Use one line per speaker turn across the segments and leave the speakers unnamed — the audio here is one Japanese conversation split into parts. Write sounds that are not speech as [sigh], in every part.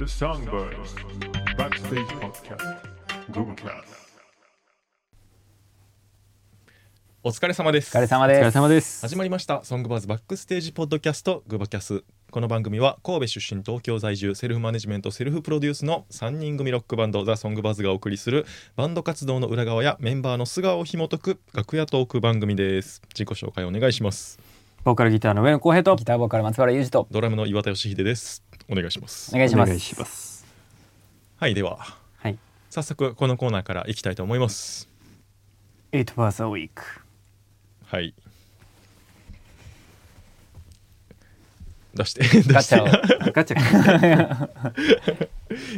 Songbirds Backstage Podcast Googlecast
お疲れ様です
お疲れ様です。
お疲れ様です。
始まりましたソングバーズバックステージポッドキャストグバキャスこの番組は神戸出身東京在住セルフマネジメントセルフプロデュースの3人組ロックバンドザ・ソングバーズがお送りするバンド活動の裏側やメンバーの素顔を紐解く楽屋トーク番組です自己紹介お願いします
ボーカルギターの上野浩平と
ギターボーカル松原裕二と
ドラムの岩田義秀ですお願いします
お願いします。
ます。
はいでは
はい。
早速このコーナーからいきたいと思います
8 hours a week。
はい出して出して
ガチャを
ガチャ。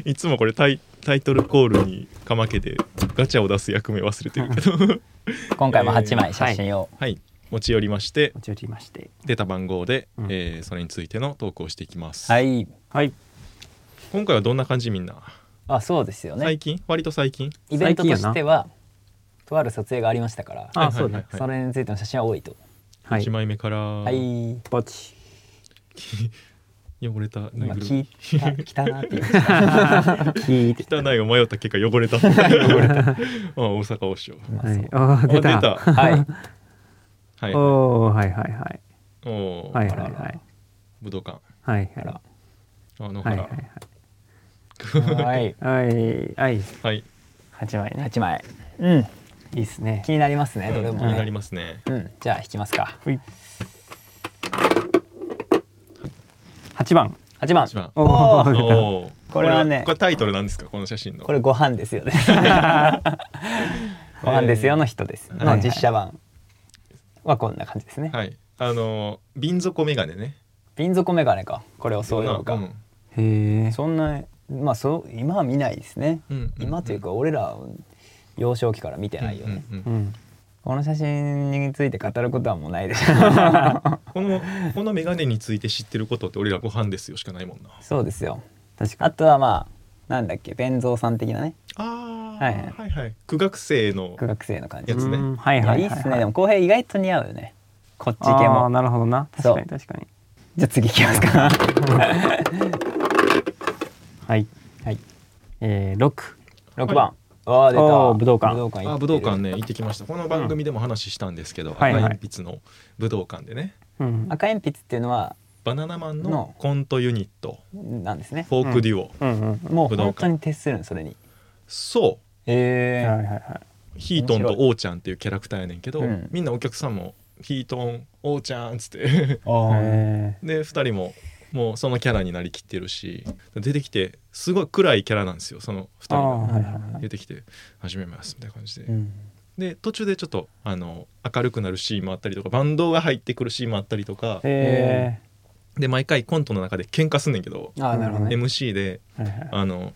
いつもこれタイタイトルコールにかまけてガチャを出す役目忘れてるけど
[laughs] 今回も8枚写真を、
はい持ち寄りまして
持ち寄りまして。
出た番号で、
うん
えーそれについての投稿をしていきます、
はい、
はい。
今回はどんな感じみんな、
あそうですよね
最。近割と最近
イベントとしてはとある撮影がありましたから、
あ、
はい
そうね。
はい
それについての写真は多いと。
はい
1。枚目から、
はい、
ポチ。
汚れたぬい
今
ぐる
聞
み
いた来たなって言いました。
聞いて。
汚いを迷った結果汚れた汚れたあ大阪王将
はい。あー、出
あ
た。
出
はい、
たはい
おー、はいはいはい。
おー
はいはいはい。
武道館
はいはい。
ら
あの
は
か
い
ら
はい、
はい。はい。はい。
はい
八枚ね。
8枚。うん、
いいっすね
気。になりますね、どれ
気
も
になり
ね。
ますね
うん、じゃあ引きますか。
ほい。八番。
8番
一。番
お
おー
ー、出
おー
これはね
これタイトルなんですかこの写真の
これご飯ですよね。ご飯ですよの人です。
い
の
はい
実写版はこんな感じですね。
[laughs] はいあのー瓶底眼鏡ね
瓶底メガネか、これをそう呼ぶか。
ん
た。へえ。
そんなまあそう今は見ないですね、
うんうんうん
今というか俺ら幼少期から見てないよね、
うんうんう
うんん。
この写真について語ることはもうないでしょ
このこの眼鏡について知ってることって俺らご飯ですよしかないもんな
そうですよ
確か
あとはまあなんだっけ弁蔵さん的なね
あー
はいはい
はいはい苦学生の
苦学生の感じ
やつ
に。
ね
うんはい
い
は
や
い。
いいっすねでも浩平意外と似合うよねこっち系
ああー、
も
なるほどな。確かに
そ
確かに。
じゃあ次いきますか
はい。
はい
えー、六。
6番、ああ出た
おー武道館
武道館行って
あ
る
武道館ね行ってきましたこの番組でも話したんですけど、赤
はいはい
鉛筆の武道館でね
うん。
赤鉛筆っていうのは
バナナマンの
の
コントユニット
なんですね
フォークデュオ、
うんうん。はい
もう
武道
本
館
当に徹するのそれに
そう
え
はい
ー、
はい。
ヒートンとオーちゃんっていうキャラクターやねんけど、
うん
みんなお客さんもヒートンオーちゃんっつって
あー
え
で2人ももうそのキャラになりきってるし出てきてすごい暗いキャラなんですよその2
ー、ああ
人が
はいはいはい
出てきて「始めます」みたいな感じで、
うん
で途中でちょっとあの明るくなるシーンもあったりとかバンドが入ってくるシーンもあったりとか
え
で毎回コントの中で喧嘩すんねんけど
ああなるほどね
MC で
ー、はいはい
あの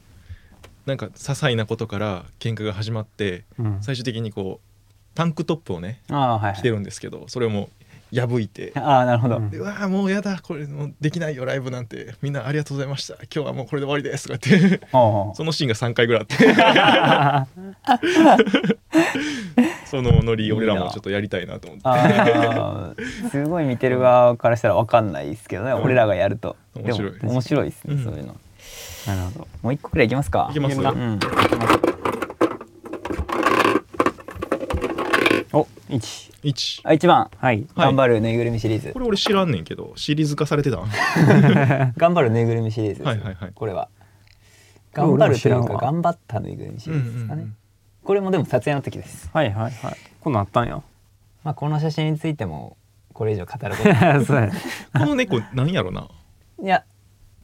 なんか些細なことから喧嘩が始まって
うん
最終的にこうタンクトップをね
ああはい
着てるんですけどそれをもう破いて
ああなるほど、
うん
でうわーもうやだこれもうできないよライブなんてみんなありがとうございました今日はもうこれで終わりですとか言 [laughs] って
ほうほ
そのシーンが3回ぐらいあ [laughs] ってそのノリ俺らもちょっとやりたいなと思っ
うあーすごい見てる側からしたらわかんないですけどね、俺らがやると
面白い
でも面白いですね、
うん
そういうの
なるほど。
もう一個くらいいきますか
いきます
うん、
いけ
うん
お、一。
て1
あ一番、
はい。
はい
頑張るぬいぐるみシリーズ
これ俺知らんねんけどシリーズ化されてた [laughs] は
頑張るぬいぐるみシリーズです、
はいはいはい
これは
これ
頑張るという
俺も知
から
んわ
頑張ったぬいぐるみシリーズですかね、
うんうんうん
これもでも撮影の時です、
はいはいはい。こんなんあったんや。
まあ、この写真についてもこれ以上語
[laughs]
ることは
そうやね。
この猫なんやろない
や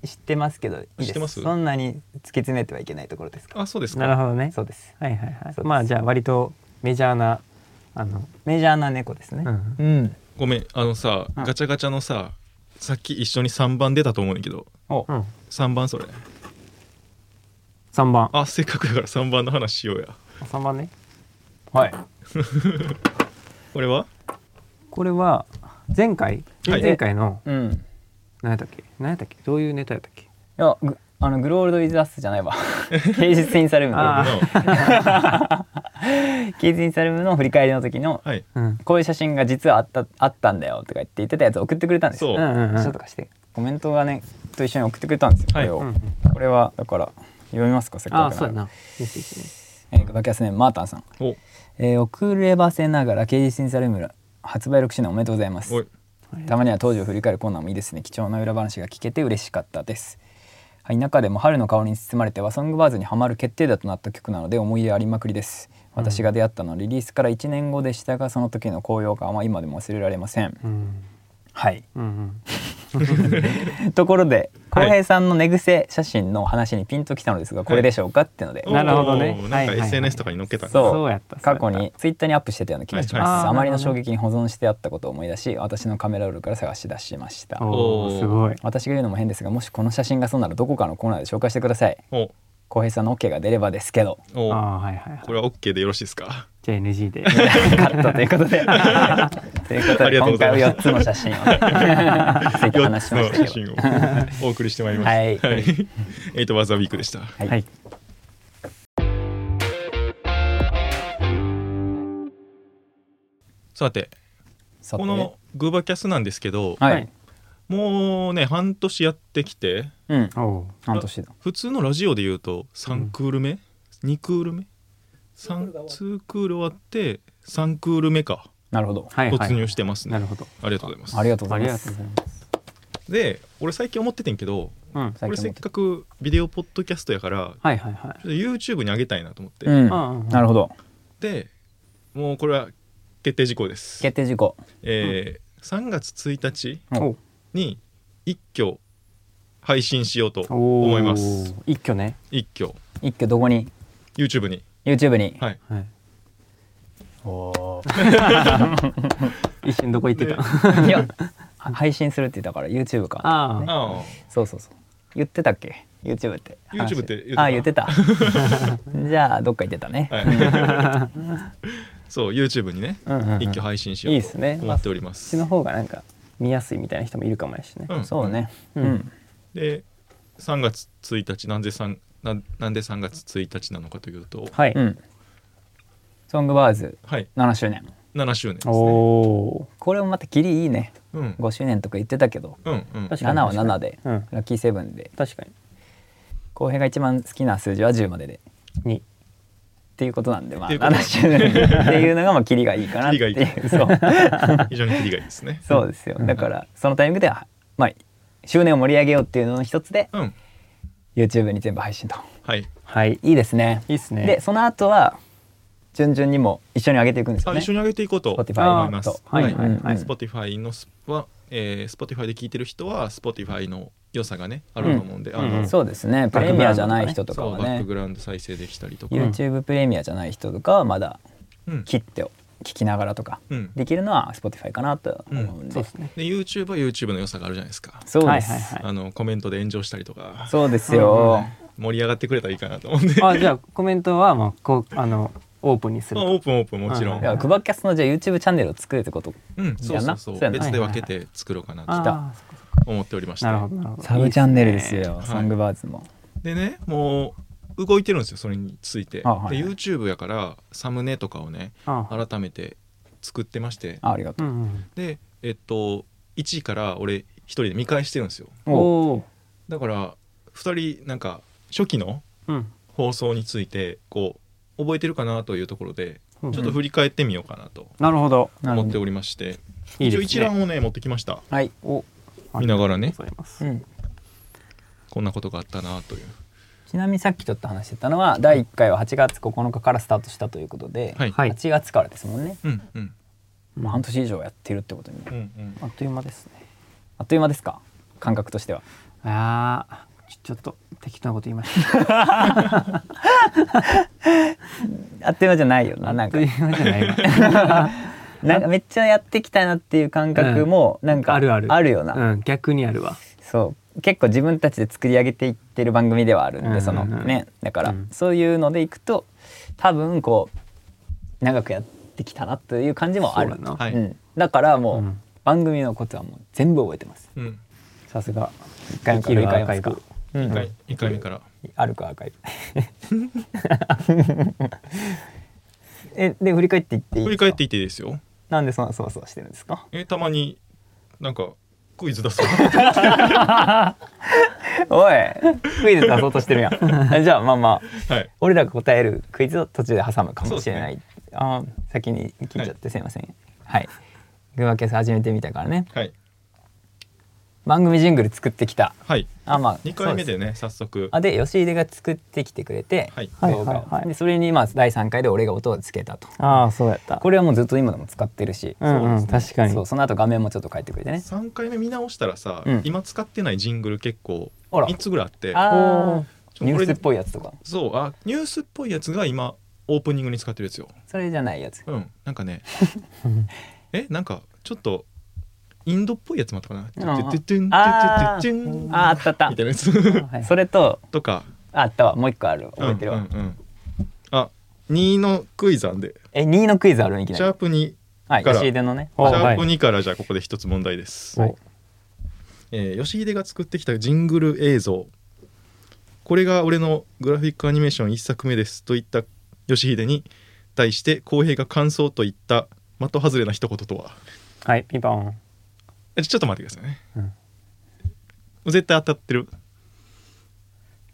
知ってますけどいいです
知ってます
そんなに突き詰めてはいけないところですか
あそうです
なる
か
ほどね。
そうです
はいはいは
そ
い。
う
まあじゃあ割とメジャーなあの
メジャーな猫ですね
うん
うん、
ごめんあのさ
うん
ガチャガチャのささっき一緒に3番出たと思うねんけど
お
うん
3番それ
三番。
あせっかくやから3番の話しようや
三番ね。
はい
これは
これは前回
はい
前回の
うんい
何やったっけ何やったっけどういうネタやったっけ。
やグあのグロールド・イズ・アスじゃないわ芸術インサルーム
あ
の
[laughs] な
芸術インサルームの振り返りの時の、
はい
うん。
こういう写真が実はあったあったんだよとか言って言ってたやつ送ってくれたんです
そ
よ
う
うんうんうん
ちょっと貸してコメントがねと一緒に送ってくれたんですよこ
はい
れを、
うんうん
これはだから読みますかせっ
あ
か
あ
く
そうや
なら
なメッセージね
えー、バキャスネームマータンさん、
お
えー遅ればせながら KG シンサルームラ発売6周年おめでとうございます
おい
たまには当時を振り返るコーナーもいいですね貴重な裏話が聞けて嬉しかったですはい中でも春の香りに包まれてはソングバーズにはまる決定打となった曲なので思い出ありまくりです私が出会ったのはリリースから1年後でしたがその時の高揚感は今でも忘れられません
うん
はい
うんうん
ところで
はい
浩平さんの寝癖写真の話にピンときたのですがこれでしょうかってので、
いなるほどね
おー
は
ないんか
はいはい
SNS とかに載っけたんだ
そう
そうやったそうや
過
った
去にツイッターにアップしてたような気がします、
はい
はいあー
あまりの
なるほ
衝
どね
撃に保存してあったことを思い出し私のカメラロールから探し出しました
お
おー
おすごい
私が言うのも変ですがもしこの写真がそうならどこかのコーナーで紹介してください
お
浩平さんの OK が出ればですけど
お
ああはいはいはい
これは OK でよろしいですか
じゃあ NG で
カットということでということ
[laughs] あり
で
がとうご
今
ざいま
回は
す
4つの写真をついて
4
話
つ
しま
の
した
写
けど
真をお送りしてまいり [laughs] ました
はい
エイトバザーウィークでした
はい
はい
さて
さて
このグーバキャスなんですけど、
はい、
はい
もうね半年やってきて
うん
おお
半年だ
普通のラジオで言うと3クール目、2クール目三2クール終わって3クール目か
なるほど、
はいは
突
い
入してますね、
なるほど
ありがとうございます
ありがとうご
あ
ざい
り
ま
が
す
とうござい
で俺最近思っててんけど
ます
最
俺
近
せ
思
っ
って
かくビデオポッドキャストやから
うんはいはいはい
ちょっと YouTube に上げたいなと思って、
うん
うんうんうん
なるほど
でもうこれは決定事項です、
決定事項
えー3月1日
うん
お
に一挙配信しようと
お
思います
一挙ね
一挙
一挙どこに
YouTube に
YouTube に、
はい
はい
お
[laughs] 一瞬どこ行ってた
ーいやは配信するって言ったから YouTube か
ああ
ああ
そうそうそう言ってたっけ YouTube って
YouTube って言ってた
あ言ってた
[laughs]
じゃあどっか行ってたね、
はい、そう YouTube にね、
うんうんうん
一挙配信しよ
いういっ
と
すね
思っております。
そっちの方がなんか見やすいみたいな人もいるかもやしね
うん
そうね
う
うんん、
で3月1日なんで 3, ななんで3月1日なのかというと、
はい
うんソングバーズ
はい、
7周年
7周年です
お
ね。
お
これもまたキリいいね
うん
5周年とか言ってたけど
うんうん
確かに
7は7で、
うん
ラッキーセブンで
確かに
浩平が一番好きな数字は10まででっ
に
ていうことなんでまあ
っていうこと
7周年っていうのがまあキリがいいかなっていう
キリがい
そう
非常に切りがいいですね。
そうですよだからそのタイミングではまあ周年を盛り上げようっていうのの一つで
うん、
YouTube に全部配信と
はい。
はい
いいですね
いいっすね
でその後は順々にも一緒に上げていくんです
あ
よね
一緒に上げていこうと思い
Spotify
ます
と。
はいはい
うんうん
はい
Spotify のスは、えー、Spotify で聞いてる人は Spotify の良さがねあると思うんで、
ん
あの、
うん
そうですねプ
バッ
レ
クグ
ミ
ラ
ア
ウンドとかね
じゃない人とか
そう
は
バック
ね
グラウンド再生できたりとか、
YouTube プレミアじゃない人とかはまだ
うん
切ってを聞きながらとか
うん、
できるのは Spotify かなと思うんで、
そうですね
で YouTube は YouTube の良さがあるじゃないですか。
そうです、
はいはいはい
あのコメントで炎上したりとか
そうですよ、
盛り上がってくれたらいいかなと思うんで。
あじゃあコメントはまあこうあのオープンにする
まあ
と
オープンオープンもちろ
うん
い。やクバッキャスのじゃあ YouTube チャンネルを作るってこと
うん、そうそうそう。
そうやな
別で分けて作ろうかなと
ああそっかそっ
思っておりまし
かなるほ
た
ど。なるほど
サブチャンネルですよ
いいっ
い
ソングバーズも、
でね、もう動いてるんですよ。それについて。で
あはい
YouTube やからサムネとかをね、
すねああ
改めて作ってまして、
あありが
う
とう、
んうん
で、えっと1から俺一人で見返してるんですよ。
お
お
お
だから2人なんか初期の
うん
放送についてこう覚えてるかなというところで
う
ちょ
ん
っと振り返ってみようかなと
なるほど
なる
思
ほ
って
ど
おりまして、
いい
一
です
応
ね
一覧をね持ってきました
はい、
お
見ながらね
ありがとうございます
うん、
こんなことがあったなという
ちなみにさっきちょっと話してたのは第1回は8月9日からスタートしたということで、
はい
はい
8月からですもんね、
うんうん
まあ半年以上やってるってことに
うんうん
あっという間ですね
あっという間ですか感覚としては
ああちょちょっと適当なこと言いました
あっという間じゃないよな
あ
な
っ
ん
と
か
いう間じゃないわ
なんかめっちゃやってきたなっていう感覚もなんか
あるある
あるよな、
うん、逆にあるわ
そう結構自分たちで作り上げていってる番組ではあるんで、
うんうんうん
そのねだから、
うん
そういうのでいくと多分こう長くやってきたなという感じもある
そうだな
はい
うん、だからもう、
うん
番組のことはもう全部覚えてます
うん
さすが一回目から振り
できるアーカ
返
イ
ります
ブ
か、うん
一回一回目から
歩くアーカイブ [laughs] えで振り返っていってい
振
いで
り
すか
返っていっていいですよ
なんでそんなそわそわしてるんですか
えたまになんかクイズ
[laughs]
出そう
お [laughs] いクイズ出そうとしてるや [laughs] んじゃあまあまあ
はい
俺らが答えるクイズを途中で挟むかもしれない、
そ
ああー先に聞いちゃってすいませんはい群馬県さん初めて見たからね
はい
番組ジングル作ってきた
はい
あまあ
2回目
そう
で
す
ね早速
あで吉出が作ってきてくれて、
はい
はい
動画を
はいはい
でそれにまあ第3回で俺が音をつけたと
ああそうやった
これはもうずっと今でも使ってるし、
うんうん
そうです
確かに
そうその後画面もちょっと変えてくれてね
3回目見直したらさ、
うん
今使ってないジングル結構
あら
3つぐらいあってち
ああ
ょ
ニュ
これ
ースっぽいやつとか
そうあニュースっぽいやつが今オープニングに使ってるやつよ
それじゃないやつ
うんなんか
[laughs]
ねえなんかちょっとインドっぽいやつもあったかな
うん
てってってんて
あ
ってってん
あああったあった
みたいなやつ
はいそれと
[laughs] とか
ああったわもう一個ある覚えてるわ、
うんうんうんあ2のクイズあんで
え2のクイズあるんいき
シ
な
ャー
り
プ2シ
はい
から
吉出のね
おはい
ャープ2からじゃあここで一つ問題です、
はい
えー、吉秀が作ってきたジングル映像これが俺のグラフィックアニメーション1作目ですと言った吉秀に対して浩平が感想と言った的外れな一言とは
はいピンポン
えちょっと待ってくださいね、
うん
絶対当たってる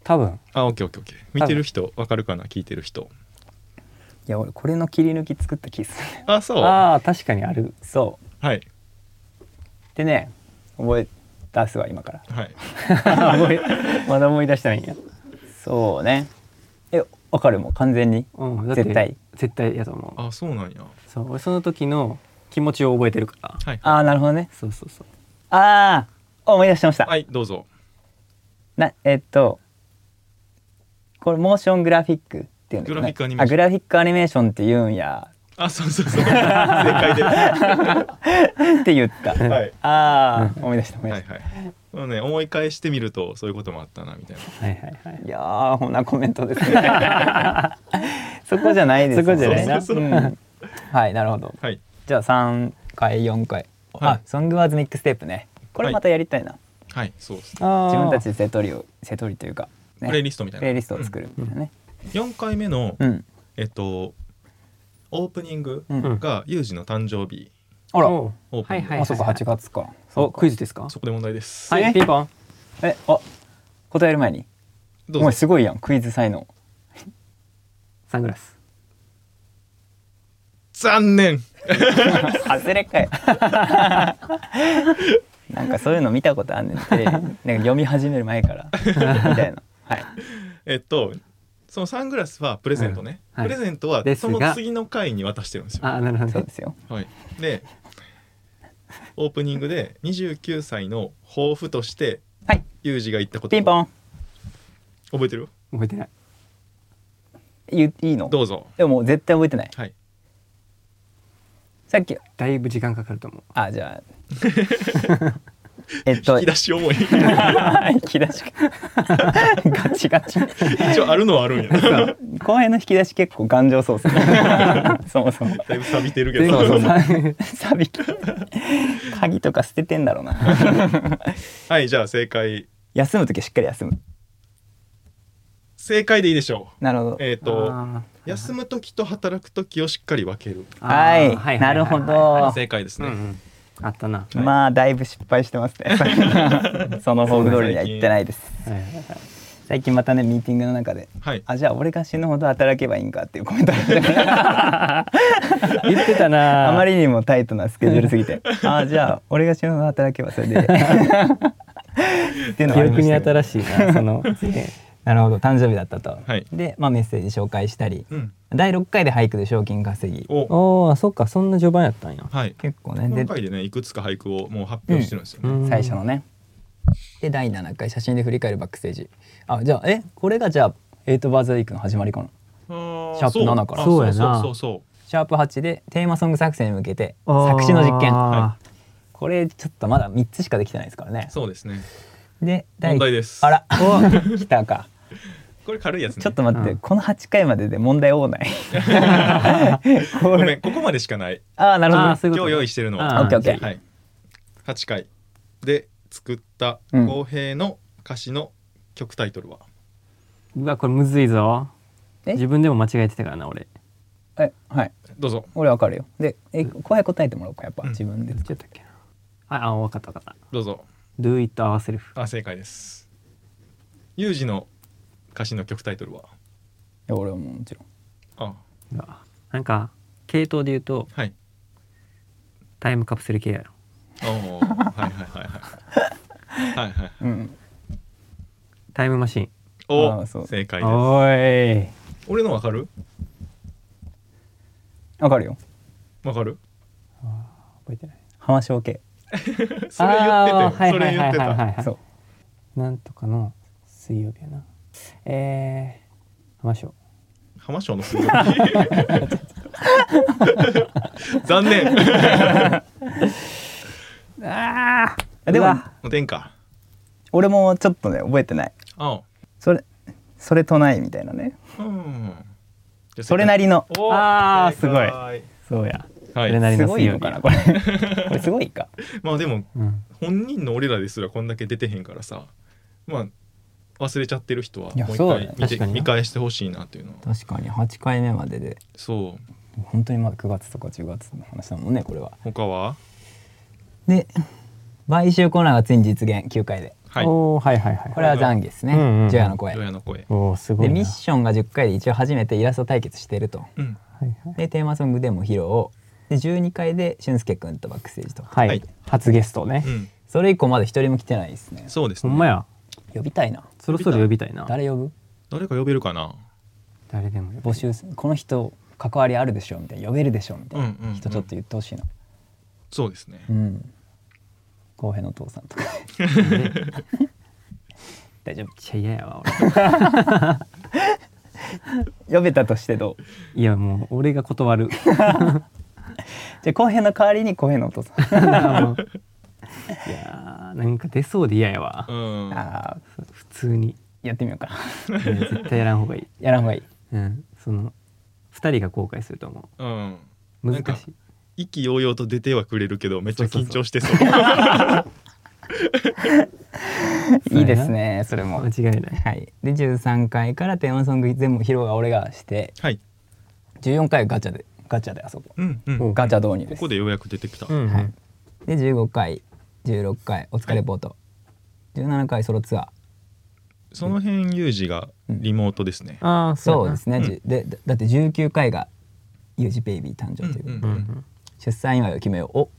多分
あオッケーオッケーオッケー見てる人わかるかな聞いてる人
いや俺これの切り抜き作った気するね
あそう
ああ確かにある
[laughs] そ
はい、
うでね覚え出すわ今から
はい、
[laughs]
思いまだ思い出したいんや
そうねえわかるもう完全に
うんだって
絶対
絶対やと思う
あそうなんや
そう俺その時の気持ちを覚えてるから
はい
ああなるほどね
そうそうそう
ああ思い出してました、
はいどうぞ
なえっとこれモーショングラフィックっていうんだけど、ね、
グラフィックアニメーション
あグラフィックアニメーションって言うんや
あそうそうそう正解です
[laughs]
って言っ
[laughs]
た、
はい
ああ思い出した思い出
はい
し
はい。もうね思い返してみるとそういうこともあったなみたいな。
はいはいはい
た、いやーほなコメントです [laughs] ねそこじゃないです
そこじゃないな
そうそうそううんはいなるほど
はい。
じゃあ3回4回、
はい
あソングワーズミックステープねこれまたやりたいな、
はい。そうですね。
あ
自
ー
分たちでセトリをセトリというか、ね、
プレイリストみたいな
プレイリストを作るみたいなね
4回目の、
うん、
えっとオープニング
うん
がユージの誕生日。
あら、
おう
オープニング
はいはいはい
あそこ8月か
おクイズですか
そこで問題です。
はいピンポン
えあ答える前に
ど
お前
うぞ。
すごいやんクイズ才能
サングラス
残念。
外れ [laughs] かよなんかそういうの見たことあんねんテレビなんか読み始める前からみたいなはい
えっとそのサングラスはプレゼントね。
うんはい
プレゼントは
です
そ
が
の次の回に渡してるんですよ。
あーなるほ
そう
ど
ですよ
はい。で。オープニングで29歳の抱負として
はい
ユージが言ったこと
ピンポン
覚えてる
覚えてない
言いいの
どうぞ
でももう絶対覚えてない
はい
さっき
だいぶ時間かかると思う
あじゃあ
[laughs]
えっと
引き出し重い
[laughs] 引き出し [laughs] ガチガチ
一応あるのはあるんやな
後編の引き出し結構頑丈そうですねそもそ
[laughs]
も
だいぶ錆びてるけ
そ
ど。
うそうさ錆びき鍵とか捨ててんだろうな
[laughs] はい、じゃあ正解。
休む時はしっかり休む
正解でいいでしょ
なるほど
う。えっ、と、
あー
休む時と働く時をしっかり分ける。
は
あー
い、
はい
なるほ
は
ど。
正解です
いはいはいうん
ね。
うんあったな
はい
まあだいぶ失敗してます
[laughs]
ね。そのフォーク通りには行ってないです。
はいはいはい
最近またねミーティングの中で、
はい。
あじゃあ俺が死ぬほど働けばいいんかっていうコメントが出て
言ってたな
あまりにもタイトなスケジュールすぎて、 [laughs] あじゃあ俺が死ぬほど働けばそれ [laughs] で。っていうのは
記
ありま
憶
した
に
けど
新しいなその
なるほど誕生日だったと。
はい
で、まあ、メッセージ紹介したり、
うん。
第6回で俳句で賞金稼ぎ
お、
おおそっかそんな序盤やったんや
はい。
結構ね
今
で
回でね、いくつか俳句をもう発表してるんですよ、ね
うん
最初のね。で第7回写真で振り返るバックステージ。あじゃあえこれがじゃあエイトバーズウィークの始まりかな。
あー
シャープ7から
あ
そうやな
そうそう
シャープ8でテーマソング作成に向けて作詞の実験
あ
これちょっとまだ3つしかできてないですからね
そう。そうですね。
で
問題です
あら来たか
これ軽いやつね。
ちょっと待って、
うん
この8回までで問題多ない
[laughs]
こ
ごめ
れ
ん、ここまでしかない。
[laughs] ああなるほど
あーそういうこ
今
と
日用意してるの
あ
は。
ーオッケーオッケー
はい。8回で作った
うん
公平の歌詞の曲タイトルは、
ーうわこれむずいぞ
え
自分でも間違えてたからな俺
えはい
どうぞ。
俺わかるよでえ怖い答えてもらおうかやっぱ
うん
自分で
言っちゃったっけなああ分かった分かった
どうぞ
Do it ourself
あ正解ですユージの歌詞の曲タイトルは
や俺はもうもちろん
あ
なんか系統で言うと
はい
タイムカプセル系やろ
おおはいはいはいはいはいはい
うん
タイムマシン
お
あーそう
正解です
おーい
俺のわかる
わかるよ
わかる
覚えてない
浜小系
それ言ってたよ
あーはい
そ
は
れ
い
言
は
っ
い
て
はいは
た
い
そう
なんとかの水曜日やなえー浜章
浜松の水曜日 [laughs] 残念
あ
あでも
お天か
俺もちょっとね覚えてない
あ
それそれとないみたいなね
ーうんじゃあ
それなりの
おー
あー
正解
そうや
は
それ
い
なり
す
の
ごい
水
の
曜日
かなこれ
[laughs]
これすごいか
まあでも
うん
本人の俺らですらこんだけ出てへんからさまあ忘れちゃってる人はい
や
もう一
そうだ
回
ね
見
確
て、
かに
見返してほしいなっていうのは
確かに8回目までで
そう
本当にまだ9月とか10月の話だもんねこれは
他は
で買収コーナーがついに実現9回で
はい
おーはいはいはい
これは懺悔ですね、
うんうんうん
ジョヤの声
ドヤの声
おーすごい
で
な
ミッションが10回で一応初めてイラスト対決してると
うん
はいはい
でテーマソングでも披露で12回で俊介君とバックステージと
はい、
はい
初ゲストね、
うん
それ以降まだ一人も来てないですね
そうです
ほ
ね
んまや
呼びたいな
そろそろ呼びたいな
誰呼ぶ
誰か呼べるかな
誰でも呼べ
募集すこの人関わりあるでしょみたいな呼べるでしょみたいな、
うんうんうん
人ちょっと言ってほしいな
そうですね
うん浩平のお父さんとか [laughs] 大丈夫
めっちゃ嫌やわ
呼べたとしてどう
俺 [laughs] いやもう俺が断 [laughs] る
じゃあ浩平の代わりに浩平のお父さん
[laughs] いやーなんか出そうで嫌やわ
うん
あー
普通に
やってみようか
いや絶対やらん方がいい、
やらんほうがいい
うん、その2人が後悔すると思
うんな
う難
んか
しい
意気揚々と出てはくれるけどめっちゃ緊張してそう
いいですねそれも
間違いない
はいで13回からテーマソング全部披露が俺がして
[laughs] はい
14回ガチャでガチャであそこ
うんうん
お
こ
ガチャ導入です
こでようやく出てきた、
うん、
はい、で15回16回お疲れポート、17回ソロツアー
その辺ユージがリモートですね、
ああ
そ
そうう
で
です
ね、じゅでだだって19回がユージベイビー誕生ということで、
うん
う
うん
出産祝いを決めようお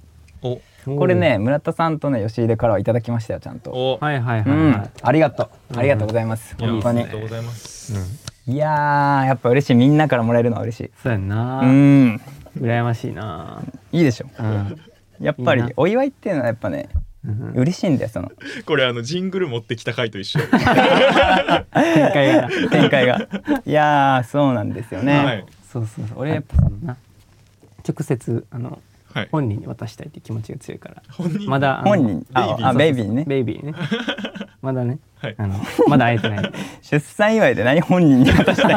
お
これね村田さんとね吉出からはいただきましたよちゃんと、
お、
はいはいは
う
い、
ん
はい
ありがとうありがとうございます、
いや
本当に
ありがとうございます、
うん、
いやーやっぱ嬉しいみんなからもらえるのは嬉しい
そうやんな、
うん
羨ましいな、
いいでしょ
うん
やっぱ
いい
り
な
お祝いっていうのはやっぱね
うん、
嬉しいんだよその
これあのジングル持ってきた回と一緒、
展開が
展開がいやーそうなんですよね、
はい
そうそうそう俺やっぱそのな直接あの
はい
本人に渡したいって気持ちが強いから
本人
まだあの
本人ああベイビーね
ベイビ
[laughs]
ーねまだね、
はい
あのまだ会えてないんで
出産祝いで何本人に渡したい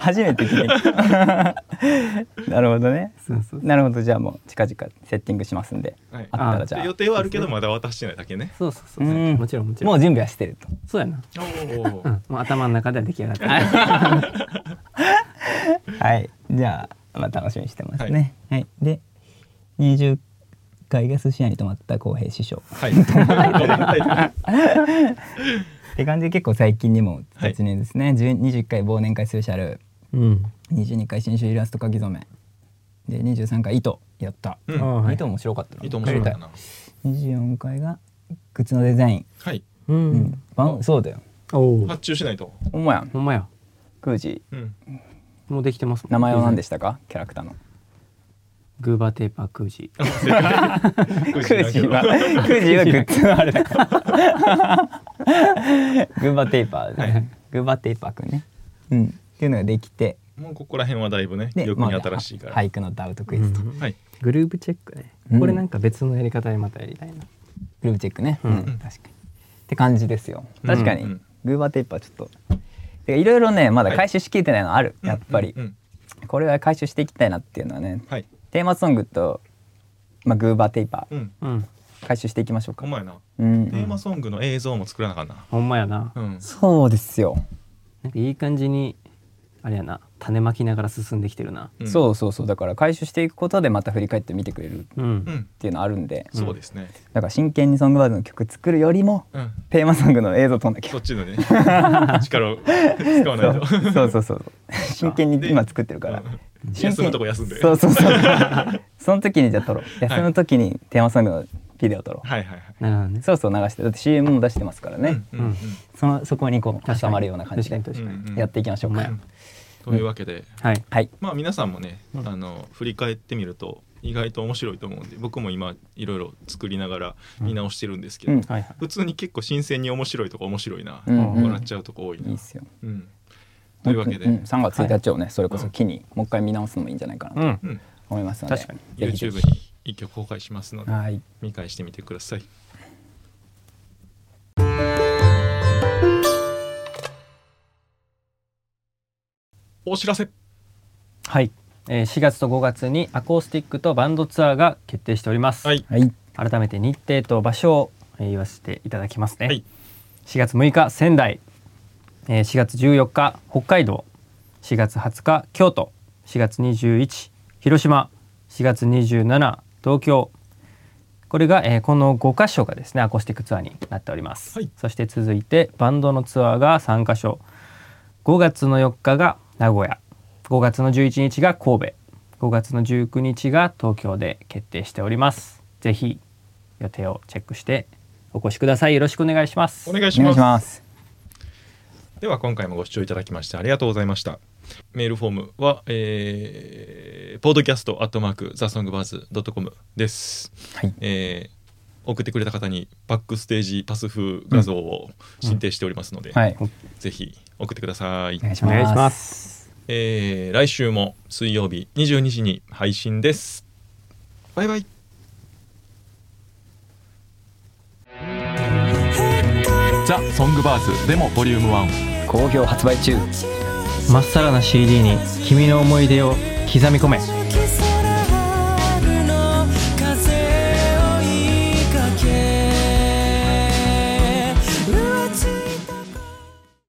初めて聞いた [laughs] なるほどね
そうそう
なるほどじゃあもう近々セッティングしますんで、
はい
あったらじゃあ
予定はあるけどまだ渡してないだけね
そうそうそう
うん
もちろんもちろん
もう準備はしてると
そうやな、
お
う
ー
ん、もう頭の中では出来上がってる
はいじゃあまあ楽しみにしてますねはい、で20回が寿司屋に泊まった浩平師匠
はいは
って感じで結構最近にも雑にですね、10 20回忘年会スペシャル
うん
22回新種イラスト書き初めで23回糸やった、
う
あー
ん
はい
糸面白かったない
いと面白かったな
24回が靴のデザイン、
はい
うん、
うんばんそうだよ
おお
発注しないと
お前やん
ほんまや
クージ
うん
もうできてますもん
名前は何で
し
したかキャラクターの
グーバーテーパークージー
ク
クージーはクージーはグッズのあれだ
[laughs]
からグーバーテーパー、
はい
グーバーテーパーくんねうんっていうのができて
もうここら辺はだいぶね
で
記憶に新しいから
まあ俳句のダウトクイズと、
うん
グ
はい
グルーブチェックね、
うん
これなんか別のやり方でまたやりたいな
ルーブチェックね、うん
うん
確かにって感じですよ確かに、
うんうん
グーバーテーパーちょっとてかいろいろねまだ回収しきれてないのある、やっぱり、
うんうん
これは回収していきたいなっていうのはね
はい
テーマソングと、まあ、グーバーテーパ
うん
うん
ー回収していきましょう
ほ
か
ん、まやな
う
テ
ん、
ーマソングの映像も作らなあかんな
ほんまやな、
うん
そうですよ
なんかいい感じにあれやな種まきながら進んできてるな
うん
そうそうそうだから回収していくことでまた振り返って見てくれるっ
うん、
うん
ていうのあるんで、
そうですね
だから真剣にソングバーズの曲作るよりも
うん
テーマソングの映像撮んなきゃ
そっちのね力を使わないと
そうそうそうそう真剣に今作ってるから
うん休むとこ休んで
そうそうそ
[laughs]
うその時にじゃあ撮ろう休む時にテーマソングのビデオ撮ろ
[laughs]
う、
はいはいはい
なるほどね
そうそう流してだって CM も出してますからね、
うんうん
そのそこにこう
確か
挟
に
まるような感じで
確かに確かに、
うんうん
やっていきましょうか、
うん
というわけで
はい
はい
まあ皆さんもね
うん
あの振り返ってみると意外と面白いと思うんで僕も今いろいろ作りながら見直してるんですけど
うん
はいはい
普通に結構新鮮に面白いとこ面白いな
うん
うん
笑っちゃうとこ多い
いい
な
っすよ
うんというわけで
ん、3月1日をね、それこそ機にもう一回見直すのもいいんじゃないかなと
うん
うん
思いますので、
確かに
ぜひぜひ
YouTube に一挙公開しますので
はい
見返してみてくださいお知らせ
はい、えー、4月と5月にアコースティックとバンドツアーが決定しております、
はい
はい
改めて日程と場所を、えー言わせていただきますね、
はい
4月6日仙台、えー4月14日北海道4月20日京都4月21広島4月27東京これが、えーこの5箇所がですねアコースティックツアーになっております、
はい
そして続いてバンドのツアーが3箇所5月の4日が名古屋5月の11日が神戸5月の19日が東京で決定しておりますぜひ予定をチェックしてお越しくださいよろしくお願いします
お願いし
お願
ま
いし
す
ます
では今回もご視聴いただきましてありがとうございましたメールフォームは、えー、ポッドキャストアットマークザソングバーズドットコムです、
はい
えー送ってくれた方にバックステージパス風画像を申請しておりますので、
はい
ぜひ送ってください、
お願いし
お
ます
願いします
えー来週も水曜日22時に配信ですバイバイザ・ソングバーズでもボリューム1
好評発売中
まっさらな CD に君の思い出を刻み込め